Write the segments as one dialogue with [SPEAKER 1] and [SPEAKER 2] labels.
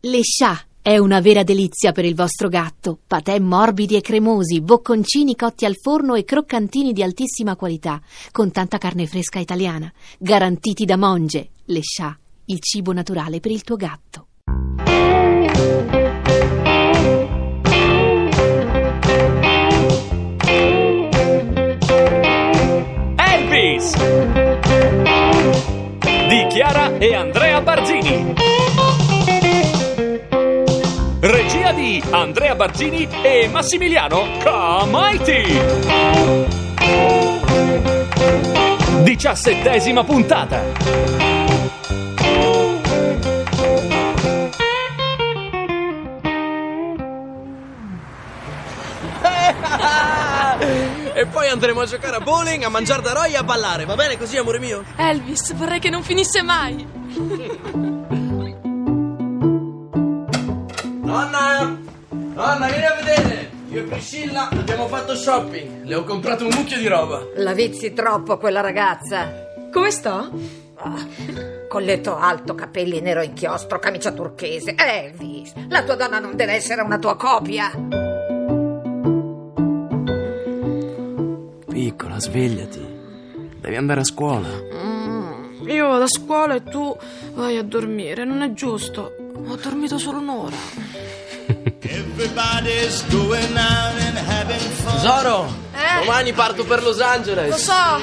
[SPEAKER 1] Le scià è una vera delizia per il vostro gatto. Patè morbidi e cremosi, bocconcini cotti al forno e croccantini di altissima qualità, con tanta carne fresca italiana, garantiti da Monge. Le scià, il cibo naturale per il tuo gatto.
[SPEAKER 2] Elvis di Chiara e Andrea Barzini. Regia di Andrea Barzini e Massimiliano Comaiti. Diciassettesima puntata.
[SPEAKER 3] E poi andremo a giocare a bowling, a mangiare da roi e a ballare, va bene così, amore mio?
[SPEAKER 4] Elvis, vorrei che non finisse mai.
[SPEAKER 3] Nonna! Nonna, vieni a vedere! Io e Priscilla abbiamo fatto shopping. Le ho comprato un mucchio di roba.
[SPEAKER 5] La vizi troppo quella ragazza.
[SPEAKER 4] Come sto?
[SPEAKER 5] Ah, colletto alto, capelli nero inchiostro, camicia turchese. Eh, Elvis, la tua donna non deve essere una tua copia.
[SPEAKER 3] Piccola, svegliati. Devi andare a scuola.
[SPEAKER 4] Io vado a scuola e tu vai a dormire, non è giusto. Ho dormito solo un'ora.
[SPEAKER 6] Everybody's going out and having fun.
[SPEAKER 3] Tesoro!
[SPEAKER 4] Eh?
[SPEAKER 3] Domani parto per Los Angeles.
[SPEAKER 4] Lo so.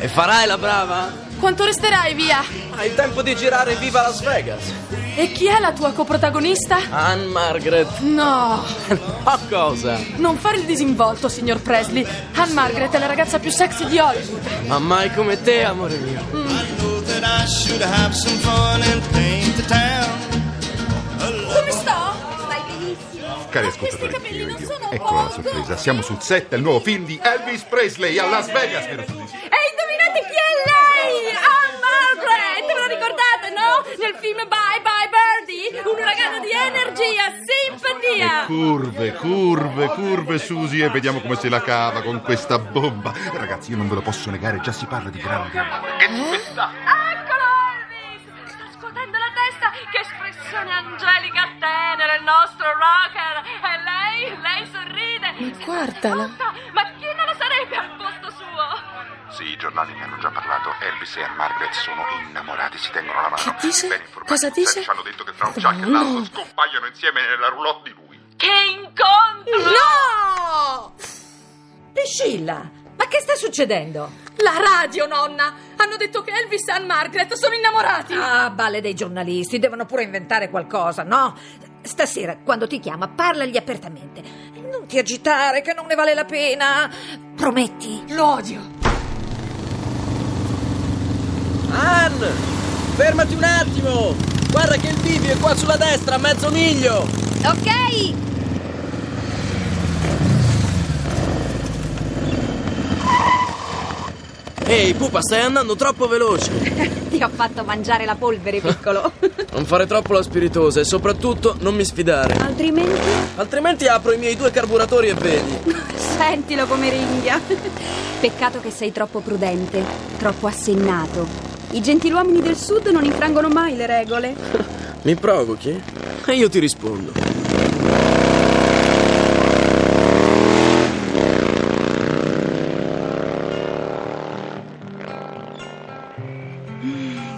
[SPEAKER 3] E farai la brava?
[SPEAKER 4] Quanto resterai via?
[SPEAKER 3] Hai tempo di girare Viva Las Vegas.
[SPEAKER 4] E chi è la tua coprotagonista?
[SPEAKER 3] Ann Margaret.
[SPEAKER 4] No,
[SPEAKER 3] Ma cosa?
[SPEAKER 4] non fare il disinvolto, signor Presley. Ann Margaret è la ragazza più sexy di Hollywood.
[SPEAKER 3] Ma mai come te, amore mio.
[SPEAKER 6] I know that I should have some fun and paint the town.
[SPEAKER 4] Come sto?
[SPEAKER 5] Stai benissimo.
[SPEAKER 7] Cari
[SPEAKER 4] Ma questi
[SPEAKER 7] ascoltatori,
[SPEAKER 4] capelli
[SPEAKER 7] io,
[SPEAKER 4] non
[SPEAKER 7] io.
[SPEAKER 4] sono
[SPEAKER 7] ecco la
[SPEAKER 4] poco.
[SPEAKER 7] sorpresa. Siamo sul set del nuovo film di Elvis Presley a Las Vegas. vero, Susi?
[SPEAKER 4] E indovinate chi è lei? Ann Margaret! Ve la ricordate, no? Nel film Bye Bye Birdie, un uragano di energia, simpatia!
[SPEAKER 7] Curve, curve, curve, Susi, e vediamo come se la cava con questa bomba. Ragazzi, io non ve lo posso negare, già si parla di grande.
[SPEAKER 4] Eccolo Elvis! Sta scuotendo la testa! Che espressione angelica tenera il nostro rocker! E lei, lei sorride! Ma guardala! Ma chi non lo sarebbe al posto suo?
[SPEAKER 7] Sì, i giornali ne hanno già parlato. Elvis e Ann Margaret sono innamorati, si tengono la mano.
[SPEAKER 4] Che dice? Ben informati Cosa sul set dice? ci hanno
[SPEAKER 7] detto che tra un
[SPEAKER 4] Jack e No. l'altro
[SPEAKER 7] scompaiono insieme nella roulotte di lui.
[SPEAKER 4] Che incontro! No!
[SPEAKER 5] Priscilla, ma che sta succedendo?
[SPEAKER 4] La radio, nonna! Hanno detto che Elvis e Ann Margaret sono innamorati!
[SPEAKER 5] Ah, balle dei giornalisti, devono pure inventare qualcosa, no? Stasera, quando ti chiama, parlagli apertamente. Non ti agitare, che non ne vale la pena. Prometti?
[SPEAKER 4] Lo odio!
[SPEAKER 3] Ann! Fermati un attimo! Guarda che il bivio è qua sulla destra, a mezzo miglio!
[SPEAKER 5] Ok!
[SPEAKER 3] Ehi, pupa, stai andando troppo veloce!
[SPEAKER 5] Ti ho fatto mangiare la polvere, piccolo.
[SPEAKER 3] Non fare troppo la spiritosa e soprattutto non mi sfidare.
[SPEAKER 5] Altrimenti,
[SPEAKER 3] Altrimenti apro i miei due carburatori e vedi.
[SPEAKER 5] sentilo come ringhia.
[SPEAKER 8] Peccato che sei troppo prudente, troppo assennato. I gentiluomini del sud non infrangono mai le regole.
[SPEAKER 3] Mi provochi? E io ti rispondo.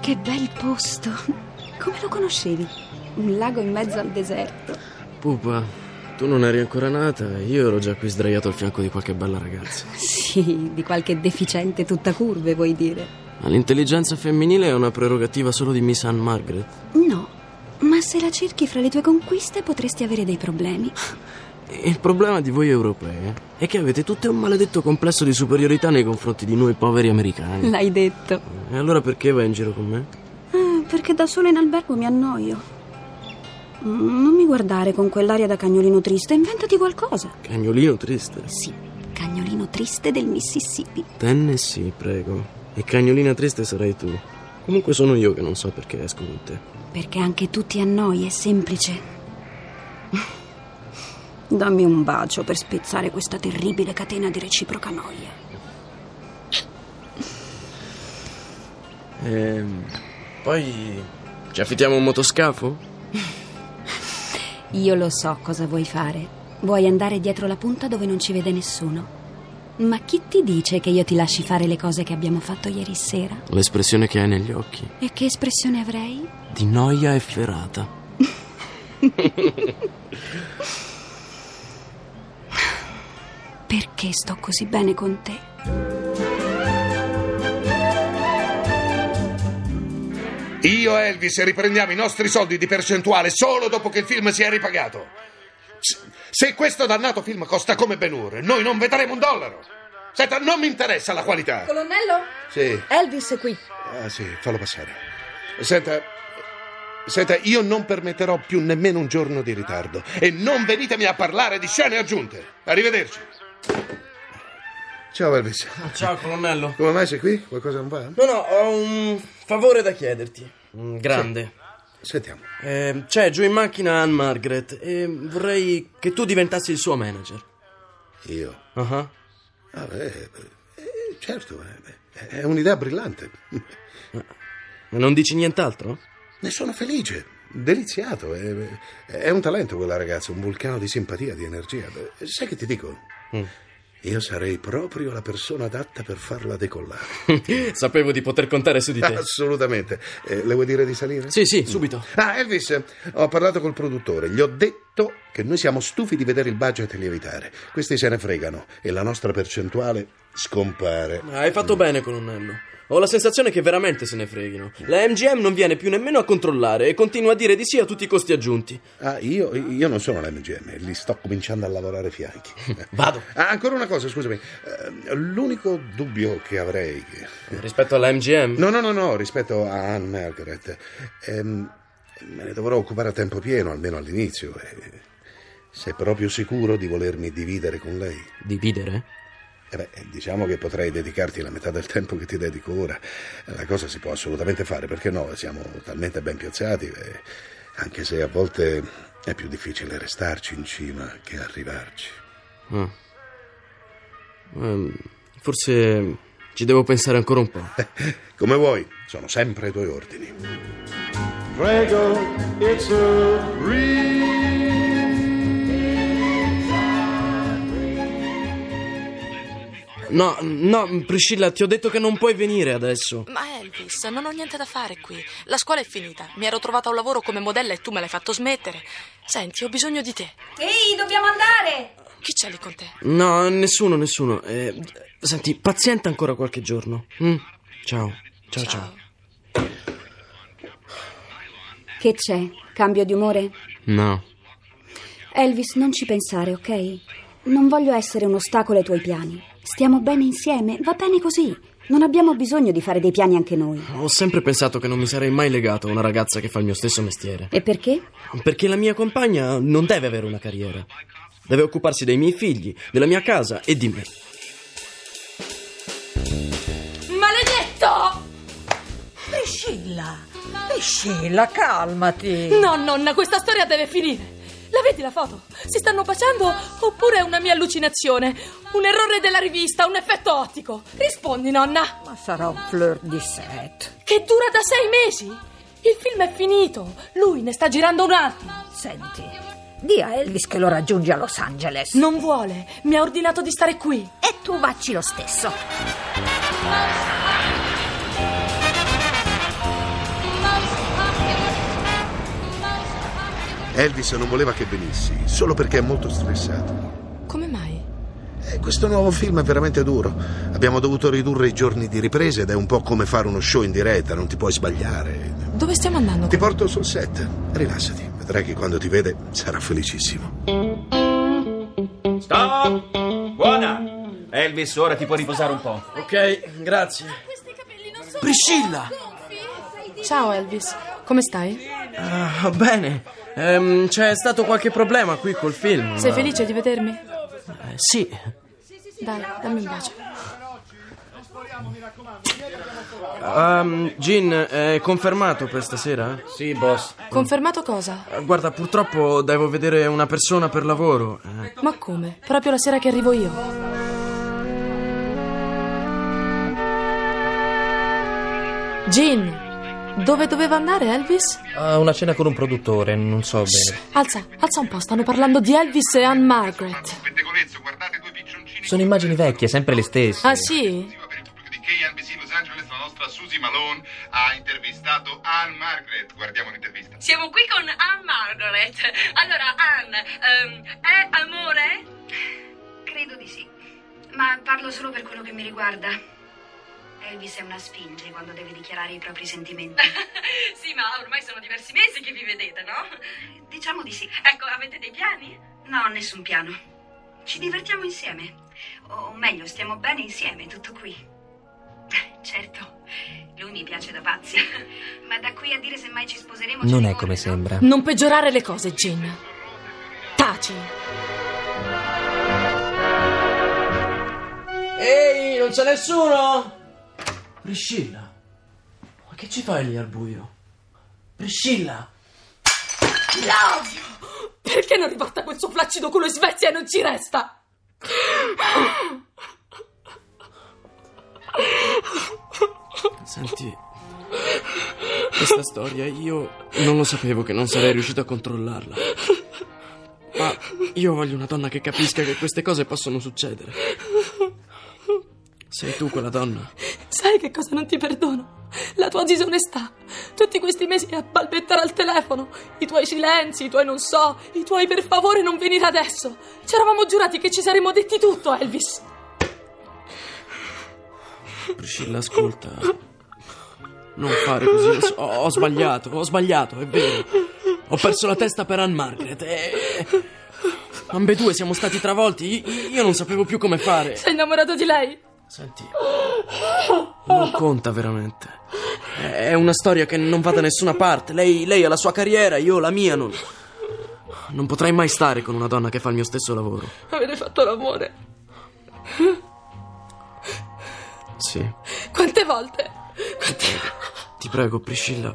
[SPEAKER 8] Che bel posto! Come lo conoscevi? Un lago in mezzo al deserto.
[SPEAKER 3] Pupa, tu non eri ancora nata, io ero già qui sdraiato al fianco di qualche bella ragazza.
[SPEAKER 8] Sì, di qualche deficiente tutta curve, vuoi dire?
[SPEAKER 3] Ma l'intelligenza femminile è una prerogativa solo di Miss Ann Margaret.
[SPEAKER 8] No, ma se la cerchi fra le tue conquiste potresti avere dei problemi.
[SPEAKER 3] Il problema di voi europei eh, è che avete tutte un maledetto complesso di superiorità nei confronti di noi poveri americani.
[SPEAKER 8] L'hai detto.
[SPEAKER 3] E allora perché vai in giro con me?
[SPEAKER 8] Ah, perché da sola in albergo mi annoio. Mm, Non mi guardare con quell'aria da cagnolino triste, inventati qualcosa.
[SPEAKER 3] Cagnolino triste.
[SPEAKER 8] Sì, cagnolino triste del Mississippi.
[SPEAKER 3] Tennessee, prego. E cagnolina triste sarai tu. Comunque sono io che non so perché esco con te.
[SPEAKER 8] Perché anche tu ti annoi, è semplice. Dammi un bacio per spezzare questa terribile catena di reciproca noia.
[SPEAKER 3] Ehm, poi ci affittiamo un motoscafo?
[SPEAKER 8] Io lo so cosa vuoi fare. Vuoi andare dietro la punta dove non ci vede nessuno. Ma chi ti dice che io ti lasci fare le cose che abbiamo fatto ieri sera?
[SPEAKER 3] L'espressione che hai negli occhi,
[SPEAKER 8] E che espressione avrei?
[SPEAKER 3] di noia efferata.
[SPEAKER 8] Perché sto così bene con te?
[SPEAKER 7] Io e Elvis riprendiamo i nostri soldi di percentuale solo dopo che il film si è ripagato. Se- Se questo dannato film costa come Ben Hur, noi non vedremo un dollaro. Senta, non mi interessa la qualità.
[SPEAKER 5] Colonnello?
[SPEAKER 7] Sì,
[SPEAKER 5] Elvis è qui.
[SPEAKER 7] ah, sì, fallo passare. Senta, senta, io non permetterò più nemmeno un giorno di ritardo. E non venitemi a parlare di scene aggiunte. Arrivederci. Ciao Elvis.
[SPEAKER 3] Ciao colonnello.
[SPEAKER 7] Come mai sei qui? Qualcosa non va?
[SPEAKER 3] No, no, ho un favore da chiederti. Un grande.
[SPEAKER 7] Sentiamo.
[SPEAKER 3] Eh, c'è giù in macchina Ann Margaret e vorrei che tu diventassi il suo manager.
[SPEAKER 7] Io.
[SPEAKER 3] Ah,
[SPEAKER 7] Ah, beh, eh, certo, eh, beh, è un'idea brillante.
[SPEAKER 3] E Non dici nient'altro?
[SPEAKER 7] Ne sono felice, deliziato. eh, È un talento quella ragazza, un vulcano di simpatia, di energia. Beh, Sai che ti dico?
[SPEAKER 3] Mm.
[SPEAKER 7] Io sarei proprio la persona adatta per farla decollare.
[SPEAKER 3] Sapevo di poter contare Ah, su di te.
[SPEAKER 7] Assolutamente. Eh, le vuoi dire di salire?
[SPEAKER 3] Sì, sì, subito.
[SPEAKER 7] Ah, Elvis, ho parlato col produttore, gli ho detto che noi siamo stufi di vedere il budget lievitare. Questi se ne fregano e la nostra percentuale scompare.
[SPEAKER 3] Ah, Hai fatto bene, colonnello. Ho la sensazione che veramente se ne freghino. La MGM non viene più nemmeno a controllare e continua a dire di sì a tutti i costi aggiunti.
[SPEAKER 7] Ah, io, io non sono l'MGM, li sto cominciando a lavorare i fianchi.
[SPEAKER 3] Vado.
[SPEAKER 7] Ah, ancora una cosa, scusami. Eh, L'unico dubbio che avrei.
[SPEAKER 3] Rispetto alla MGM?
[SPEAKER 7] No, no, no, no, rispetto a Anne Margaret. ehm, me ne dovrò occupare a tempo pieno, almeno all'inizio. eh. sei proprio sicuro di volermi dividere con lei?
[SPEAKER 3] Dividere?
[SPEAKER 7] Eh beh, diciamo che potrei dedicarti la metà del tempo che ti dedico ora. La cosa si può assolutamente fare, perché no? Siamo talmente ben piazzati, eh, anche se a volte è più difficile restarci in cima che arrivarci.
[SPEAKER 3] Ah. Ehm, forse ci devo pensare ancora un po'.
[SPEAKER 7] Come vuoi, sono sempre ai tuoi ordini.
[SPEAKER 3] No, no, Priscilla, ti ho detto che non puoi venire adesso.
[SPEAKER 4] Ma Elvis, non ho niente da fare qui. La scuola è finita. Mi ero trovata un lavoro come modella e tu me l'hai fatto smettere. Senti, ho bisogno di te.
[SPEAKER 5] Ehi, dobbiamo andare!
[SPEAKER 4] Chi c'è lì con te?
[SPEAKER 3] No, nessuno, nessuno. Eh, senti, pazienta ancora qualche giorno. Mm. Ciao. Ciao, ciao.
[SPEAKER 8] Che c'è? Cambio di umore?
[SPEAKER 3] No.
[SPEAKER 8] Elvis, non ci pensare, ok? Non voglio essere un ostacolo ai tuoi piani. Stiamo bene insieme, va bene così. Non abbiamo bisogno di fare dei piani anche noi.
[SPEAKER 3] Ho sempre pensato che non mi sarei mai legato a una ragazza che fa il mio stesso mestiere.
[SPEAKER 8] E perché?
[SPEAKER 3] Perché la mia compagna non deve avere una carriera. Deve occuparsi dei miei figli, della mia casa e di me.
[SPEAKER 4] Maledetto!
[SPEAKER 5] Priscilla! Priscilla, calmati!
[SPEAKER 4] No, nonna, questa storia deve finire. La vedi la foto? Si stanno baciando oppure è una mia allucinazione? Un errore della rivista, un effetto ottico? Rispondi, nonna.
[SPEAKER 5] Ma sarà un flirt di set.
[SPEAKER 4] Che dura da sei mesi? Il film è finito. Lui ne sta girando un altro.
[SPEAKER 5] Senti, di a Elvis che lo raggiungi a Los Angeles.
[SPEAKER 4] Non vuole. Mi ha ordinato di stare qui.
[SPEAKER 5] E tu vacci lo stesso.
[SPEAKER 7] Elvis non voleva che venissi, solo perché è molto stressato.
[SPEAKER 4] Come mai?
[SPEAKER 7] Eh, questo nuovo film è veramente duro. Abbiamo dovuto ridurre i giorni di riprese ed è un po' come fare uno show in diretta, non ti puoi sbagliare.
[SPEAKER 4] Dove stiamo andando?
[SPEAKER 7] Ti porto sul set, rilassati, vedrai che quando ti vede sarà felicissimo.
[SPEAKER 9] Stop! Buona! Elvis, ora ti puoi riposare un po'.
[SPEAKER 3] Ok, grazie.
[SPEAKER 4] Questi capelli non sono
[SPEAKER 3] Priscilla!
[SPEAKER 4] Ciao Elvis, come stai?
[SPEAKER 3] Ah, bene. Ehm, c'è stato qualche problema qui col film.
[SPEAKER 4] Sei
[SPEAKER 3] ma-
[SPEAKER 4] felice di vedermi?
[SPEAKER 3] Eh, sì.
[SPEAKER 4] Dai, dammi un bacio.
[SPEAKER 3] Ehm, Gin, è confermato per stasera?
[SPEAKER 9] Sì, boss.
[SPEAKER 4] Confermato cosa?
[SPEAKER 3] Eh, Guarda, purtroppo devo vedere una persona per lavoro. eh.
[SPEAKER 4] Ma come? Proprio la sera che arrivo io. Gin, Dove doveva andare Elvis?
[SPEAKER 10] Ha Ah, una cena con un produttore, non so bene.
[SPEAKER 4] Alza, alza un po', stanno parlando di Elvis e Ann Margaret.
[SPEAKER 10] Sono immagini vecchie, sempre le stesse.
[SPEAKER 4] Ah sì?
[SPEAKER 11] KNBC Los Angeles, la nostra Susie Malone ha intervistato Anne Margaret. Guardiamo l'intervista.
[SPEAKER 12] Siamo qui con Anne Margaret. Allora, Anne, ehm, è amore?
[SPEAKER 13] Credo di sì, ma parlo solo per quello che mi riguarda. Elvis è una sfinge quando deve dichiarare i propri sentimenti.
[SPEAKER 12] Sì, ma ormai sono diversi mesi che vi vedete, no?
[SPEAKER 13] Diciamo di sì.
[SPEAKER 12] Ecco, avete dei piani?
[SPEAKER 13] No, nessun piano. Ci divertiamo insieme. O o meglio, stiamo bene insieme, tutto qui. Certo, lui mi piace da pazzi. Ma da qui a dire se mai ci sposeremo... ce
[SPEAKER 10] Non
[SPEAKER 13] ne
[SPEAKER 10] è come sembra.
[SPEAKER 4] Non peggiorare le cose, Gin. Taci.
[SPEAKER 3] Ehi, non c'è nessuno? Priscilla, ma che ci fai lì al buio? Priscilla!
[SPEAKER 4] La odio! Perché non riporta quel suo flaccido culo in Svezia e non ci resta?
[SPEAKER 3] Senti, questa storia io non lo sapevo che non sarei riuscito a controllarla. Ma io voglio una donna che capisca che queste cose possono succedere. Sei tu quella donna?
[SPEAKER 4] Sai che cosa non ti perdono? La tua disonestà. Tutti questi mesi a balbettare al telefono, i tuoi silenzi, i tuoi non so, i tuoi per favore non venire adesso. Ci eravamo giurati che ci saremmo detti tutto, Elvis.
[SPEAKER 3] Priscilla, ascolta. Non fare così. lo so, Ho, ho sbagliato, ho sbagliato, è vero. Ho perso la testa per Ann Margaret. E... Ambedue siamo stati travolti. I- Io non sapevo più come fare.
[SPEAKER 4] Sei innamorato di lei?
[SPEAKER 3] Senti. Non conta veramente. È una storia che non va da nessuna parte. Lei, lei ha la sua carriera, io la mia. Non, non potrei mai stare con una donna che fa il mio stesso lavoro.
[SPEAKER 4] Avete fatto l'amore.
[SPEAKER 3] Sì.
[SPEAKER 4] Quante volte?
[SPEAKER 3] Ti prego, Priscilla.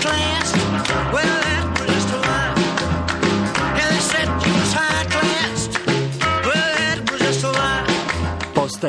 [SPEAKER 6] class. Well, that was the line. Yeah, they said you was high class. Well, that was just a lie.
[SPEAKER 2] Posta